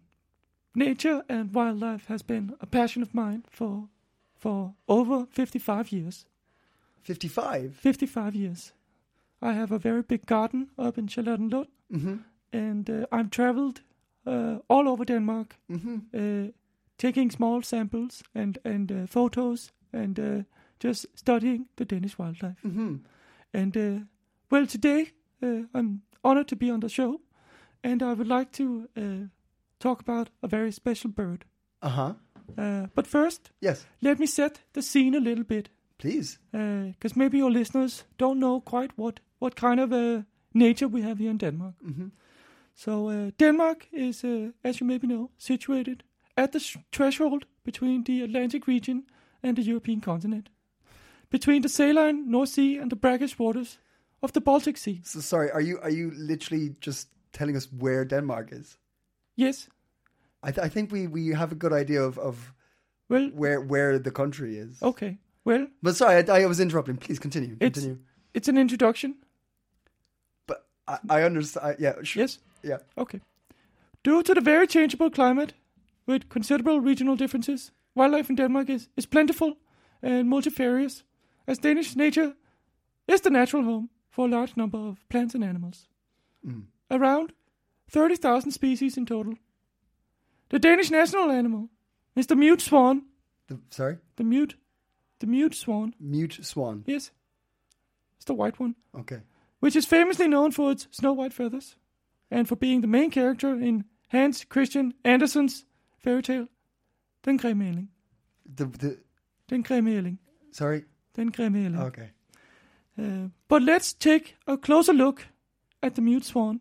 nature and wildlife has been a passion of mine for for over 55 years. 55. 55 years. I have a very big garden up in Charlottenlund, and uh, I've traveled uh, all over Denmark, uh, taking small samples and and uh, photos and uh, just studying the Danish wildlife. And uh, well, today uh, I'm honored to be on the show, and I would like to uh, talk about a very special bird. Uh huh. Uh, but first, Yes, let me set the scene a little bit please. because maybe your listeners don't know quite what what kind of uh, nature we have here in Denmark. So uh, Denmark is, uh, as you maybe know, situated at the sh- threshold between the Atlantic region and the European continent, between the saline North Sea and the brackish waters of the Baltic Sea. So sorry, are you are you literally just telling us where Denmark is? Yes, I, th- I think we, we have a good idea of, of well, where where the country is. okay, well, But sorry, I, I was interrupting. Please continue. it's Continue. it's an introduction. But I, I understand. Yeah, sure. Yes. Yeah. Okay. Due to the very changeable climate, with considerable regional differences, wildlife in Denmark is, is plentiful and multifarious, as Danish nature is the natural home for a large number of plants and animals. Around 30,000 species in total. The Danish national animal is the mute swan. The, sorry? The mute, the mute swan. Mute swan. Yes, it's the white one Okay. which is famously known for its snow white feathers and for being the main character in Hans Christian Andersen's fairy tale Den Græmæling. The, the Den Græmæling. Sorry? Den Græmæling. Okay. Uh, but let's take a closer look at the mute swan.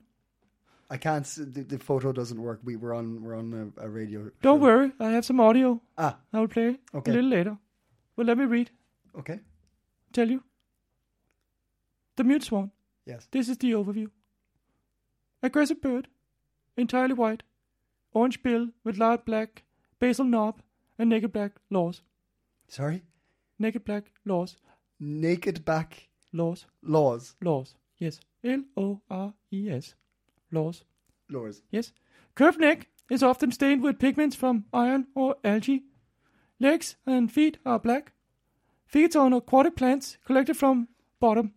I can't. s- The, the photo doesn't work. We were on we're on a, a radio. Don't worry, I have some audio Ah, I will play Okay. a little later. Well, let me read, okay. tell you. The mute swan. Yes. This is the overview. Aggressive bird, entirely white, orange bill with large black basal knob and naked black laws. Sorry? Naked black laws, Naked back laws, laws. laws. Yes, L O R E S, laws. Laws. Yes, curved neck is often stained with pigments from iron or algae. Legs and feet are black. Feeds on aquatic plants collected from bottom.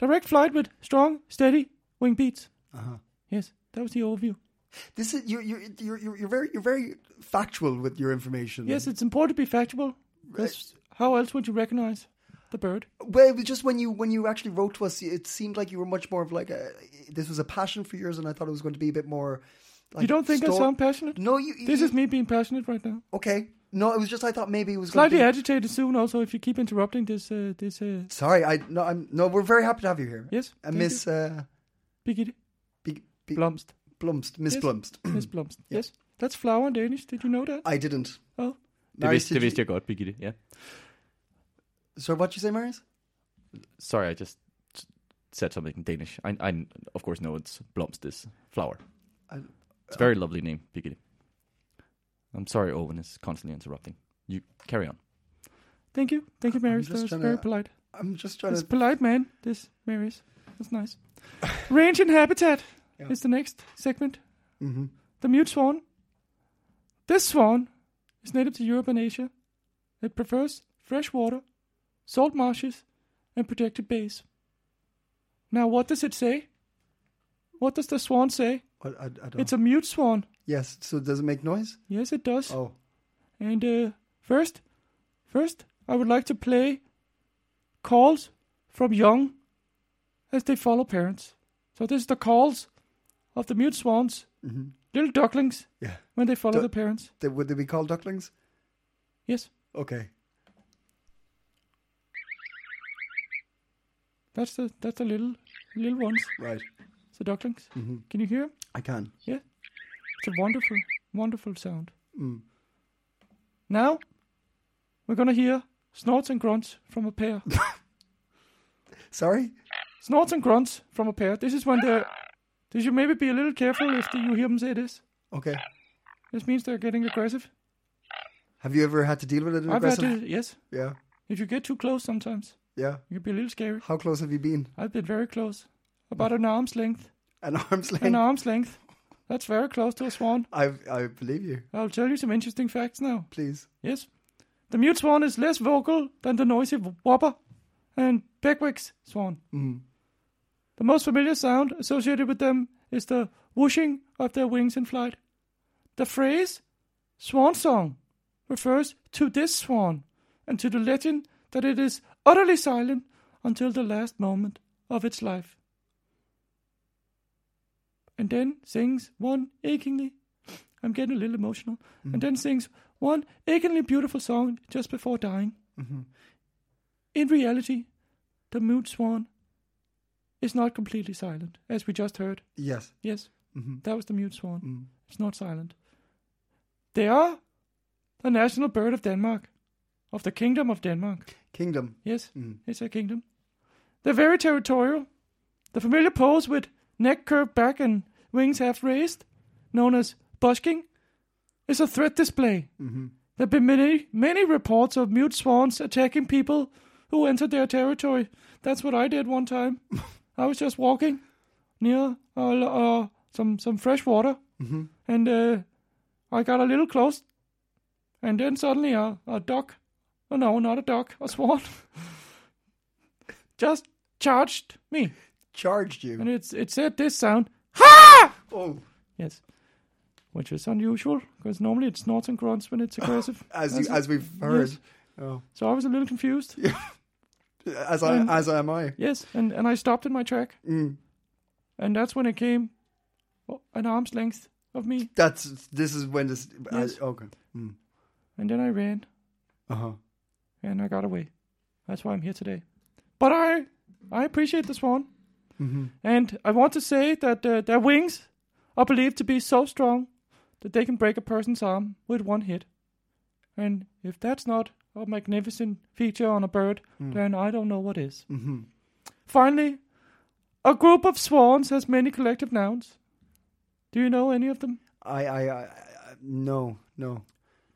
Direct flight with strong, steady wing beats. Uh-huh. Yes, that was the overview. This is you. You. You're. You're you're very. You're very factual with your information. Yes, it's important to be factual. That's how else would you recognize the bird? Well, it was just when you when you actually wrote to us, it seemed like you were much more of like a. This was a passion for yours, and I thought it was going to be a bit more. Like you don't think I sto- sound passionate? No, you. you- This is me being passionate right now. Okay. No, it was just I thought maybe it was going to Slightly be. agitated soon, also, if you keep interrupting this, uh, this, uh, Sorry, I no, I'm no. We're very happy to have you here. Yes, and thank Miss uh, Birgitte Be- Be- Blomst. Blumst, Miss Yes. Blumst. Miss Blomst. Yes, that's flower in Danish. Did you know that? I didn't. Oh, Det Marius, vidste, det did you- vidste jeg godt, Birgitte. Ja. Sorry, what you say, Marius? Sorry, I just s- said something in Danish. I, I of course know it's Blomst this flower. It's a very uh, lovely name, Birgitte. I'm sorry, Owen is constantly interrupting. You carry on. thank you, thank you, Marius. just That was trying very to- polite. I'm just trying It's to. polite, man. This Marius. That's nice. Range and habitat is the next segment. Mhm. The mute swan. This swan is native to Europe and Asia. It prefers fresh water, salt marshes, and protected bays. Now, what does it say? What does the swan say? I, I, I don't. It's a mute swan. yes. So does it make noise? Yes, it does. Oh, And uh, first, first, I would like to play calls from young as they follow parents. So this is the calls of the mute swans, little ducklings, mm-hmm. Yeah. when they follow Du- their parents. They, would they be called ducklings? Yes, Okay. that's the that's the little little ones, Right. It's the ducklings. Can you hear? 'em? I can. Yeah, it's a wonderful, wonderful sound. Now we're gonna hear snorts and grunts from a pair. Sorry? snorts and grunts from a pair. This is when they're. They should maybe be a little careful if you hear them say this. Okay. This means they're getting aggressive. Have you ever had to deal with it? in I've had aggressive? to, yes. Yeah. If you get too close sometimes, Yeah. it can be a little scary. How close have you been? I've been very close. About an arm's length. An arm's length. An arm's length. That's very close to a swan. I I believe you. I'll tell you some interesting facts now. Please. Yes. The mute swan is less vocal than the noisy whopper and Beckwick's swan. The most familiar sound associated with them is the whooshing of their wings in flight. The phrase swan song refers to this swan and to the legend that it is utterly silent until the last moment of its life. And then sings one achingly I'm getting a little emotional. And then sings one achingly beautiful song just before dying. In reality, the mute swan is not completely silent, as we just heard. Yes. Yes, that was the mute swan. It's not silent. They are the national bird of Denmark, of the Kingdom of Denmark. Kingdom. Yes, it's a kingdom. They're very territorial. The familiar pose with neck curved back and wings half raised, known as busking, is a threat display. Mm-hmm. There have been many, many reports of mute swans attacking people who enter their territory. That's what I did one time. I was just walking near uh, l- uh, some some fresh water, and uh, I got a little close, and then suddenly a, a duck, oh no, not a duck, a swan, just charged me, Charged you. and it's it said this sound, Oh. yes, which is unusual because normally it snorts and grunts when it's aggressive. As you, That's- as we've heard. yes. Oh. so I was a little confused. As Um, I as am I. Mm. Yes, and, and I stopped in my track. And that's when it came well, an arm's length of me. That's this is when this I- Yes. okay. Mm. And then I ran Uh-huh. and I got away. That's why I'm here today. But I I appreciate the swan. And I want to say that uh, their wings are believed to be so strong that they can break a person's arm with one hit. And if that's not a magnificent feature on a bird, Hmm. then I don't know what is. Mm-hmm. Finally, a group of swans has many collective nouns. Do you know any of them? I, I I I no, no.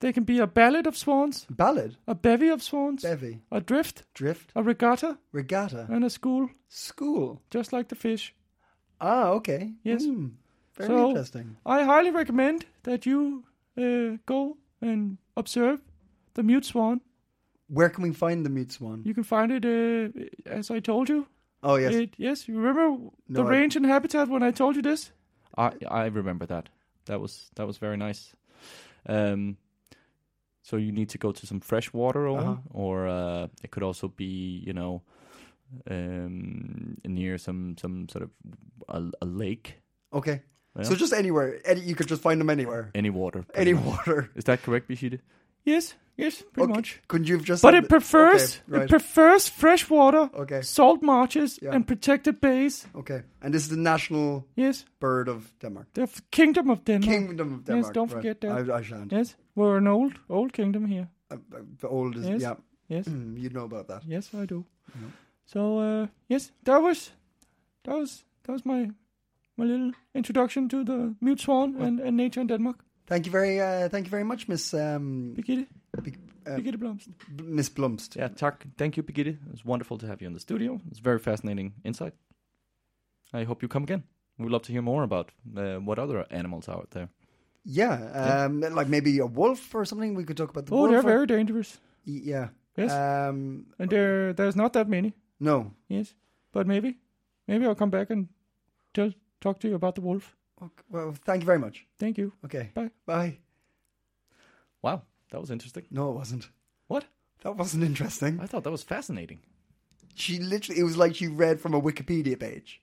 They can be a ballad of swans, Ballad. a bevy of swans, Bevy. Ah. a drift, Drift. a regatta, Regatta. and a school, School. just like the fish. Ah, okay. Yes. Mm. Very So- interesting. I highly recommend that you uh, go and observe the mute swan. Where can we find the mute swan? You can find it, uh, as I told you. Oh yes. It, yes, you remember the No, I- range and habitat when I told you this? I I remember that. That was that was very nice. Um, so you need to go to some fresh water, Uh-huh. or or uh, it could also be you know um, near some some sort of a, a lake, Okay. So just anywhere. Any, you could just find them anywhere. any water, pretty Any much. water. Is that correct, Bishida? Yes, yes, pretty Okay. much. Couldn't you have just But said that- it prefers okay, right. it prefers fresh water, Okay. salt marshes, Yeah. and protected bays. okay. And this is the national Yes, bird of Denmark. the f- kingdom of Denmark. Kingdom of Denmark. Yes, don't right. forget that. I, I shan't. Yes, we're an old old kingdom here. Uh, uh, the oldest. Yes. Yeah. Yes. Mm, you know about that. Yes, I do. So uh, yes, that was that was that was my my little introduction to the mute swan and, and nature in Denmark. Thank you very, uh, thank you very much, Miss um, Birgitte, Big- uh, Birgitte Blomst. B- Miss Blumst. Yeah, tak. Thank you, Birgitte. It's wonderful to have you in the studio. It's very fascinating insight. I hope you come again. We'd love to hear more about uh, what other animals are out there. Yeah, um, like maybe a wolf or something. We could talk about the Oh, wolf. they're or- very dangerous, Y- Yeah. Yes. Um, and there there's not that many. no. Yes, but maybe maybe I'll come back and tell talk to you about the wolf. Okay, Well, thank you very much. Thank you. Okay. Bye. Bye. Wow, that was interesting. No, it wasn't. What? That wasn't interesting. I thought that was fascinating. She literally, it was like she read from a Wikipedia page.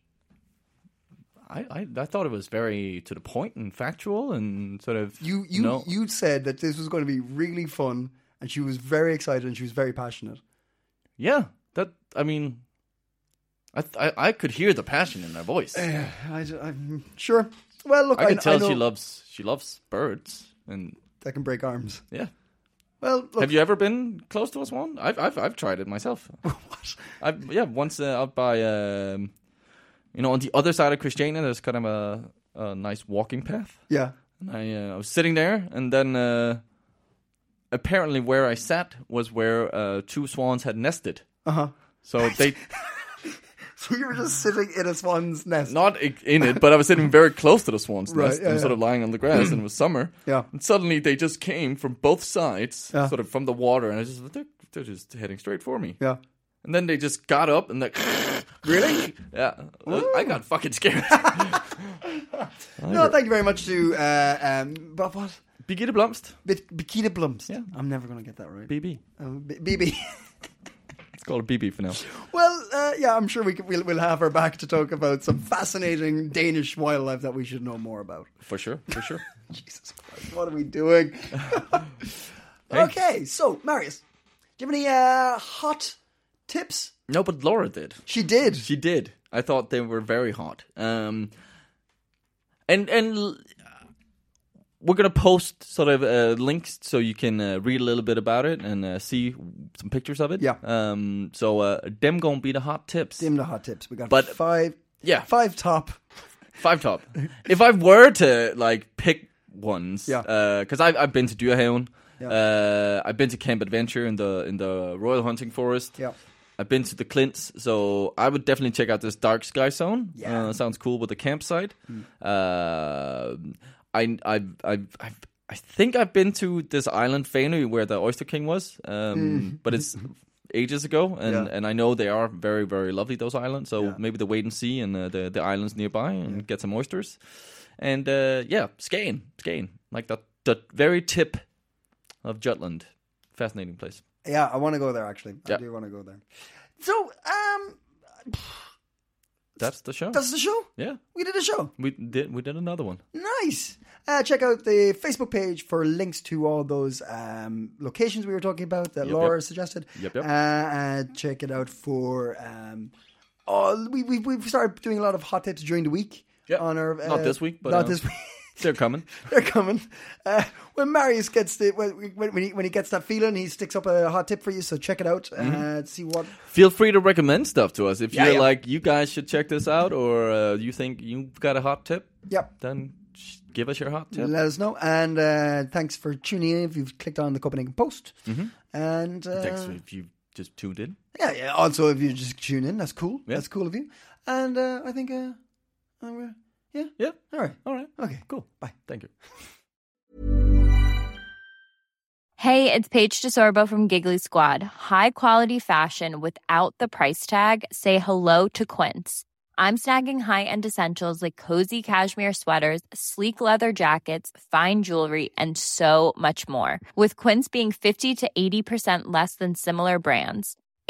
I, I I thought it was very to the point and factual and sort of You you no. you said that this was going to be really fun, and she was very excited and she was very passionate. yeah that I mean I, th- I I could hear the passion in her voice. I, am sure. Well, look, I can tell Eh, know she loves she loves birds and that can break arms. yeah. Well, look, Have you ever been close to a swan? I've I've I've tried it myself. what? I've yeah once uh, out by um, you know on the other side of Christiania there's kind of a a nice walking path. Yeah, And I uh, I was sitting there and then uh, apparently where I sat was where uh, two swans had nested. uh huh. So they So you were just sitting in a swan's nest. not i- in it, but I was sitting very close to the swan's Right, nest yeah, and sort yeah. of lying on the grass, and it was summer. Yeah. And suddenly they just came from both sides, Yeah. sort of from the water, and I just they're, they're just heading straight for me. Yeah. And then they just got up and like really, yeah. I got fucking scared. No, thank you very much to uh, um, but what? Birgitte Blomst, Bit Bikita Blumst. Yeah. I'm never going to get that right. BB. um, B- BB. It's called a BB for now. well, uh, yeah, I'm sure we can, we'll, we'll have her back to talk about some fascinating Danish wildlife that we should know more about. For sure, for sure. Jesus Christ, what are we doing? okay, so Marius, do you have any uh, hot tips? no, but Laura did. She did. She did. I thought they were very hot. Um, and and l- we're gonna post sort of uh, links so you can uh, read a little bit about it and uh, see some pictures of it. Yeah. Um. So uh, them gonna be the hot tips. Dim the hot tips. We got But- five. yeah. five top. Five top. if I were to like pick ones, Yeah. because I've I've been to Dyrehaven. Yeah. Uh, I've been to Camp Adventure in the in the Royal Hunting Forest. Yeah. I've been to the Clints, so I would definitely check out this Dark Sky Zone. Yeah. Hmm. Uh, sounds cool with the campsite. Uh, I I I I I think I've been to this island Fanø where the Oyster King was, um, but it's ages ago, and, Hmm. Yeah. and I know they are very very lovely those islands. So Yeah. maybe the wait and see and uh, the the islands nearby and get some oysters, and uh, yeah, Skane, Skane, like that the very tip of Jutland, fascinating place. Yeah, I want to go there. Actually, I Yeah. do want to go there. So, um, That's the show. that's the show. yeah. We did a show. We did. We did another one. Nice. Uh, check out the Facebook page for links to all those um, locations we were talking about that Yep, Laura yep. suggested. Yep, yep. Uh, uh, check it out for. Um, all, we, we, we've started doing a lot of hot tips during the week. Yeah. On our, uh, Not this week, but, not uh, this week. They're coming. They're coming. Uh, when Marius gets the when, when, when, he, when he gets that feeling, he sticks up a hot tip for you. So check it out. Mm-hmm. Uh, see what Feel free to recommend stuff to us if Yeah, you're yeah. like, you guys should check this out, or uh, you think you've got a hot tip. Yep. Then sh- give us your hot tip. Let us know. And uh, thanks for tuning in if you've clicked on the Copenhagen Post. And uh, Mm-hmm. Thanks if you just tuned in. yeah, yeah, also if you just tune in, that's cool. Yeah. That's cool of you. And uh, I think, uh, I'm, uh, yeah. Yeah. All right. All right. Okay. Cool. Bye. Thank you. Hey, it's Paige DeSorbo from Giggly Squad. High quality fashion without the price tag. Say hello to Quince. I'm snagging high-end essentials like cozy cashmere sweaters, sleek leather jackets, fine jewelry, and so much more. With Quince being 50 to 80% less than similar brands.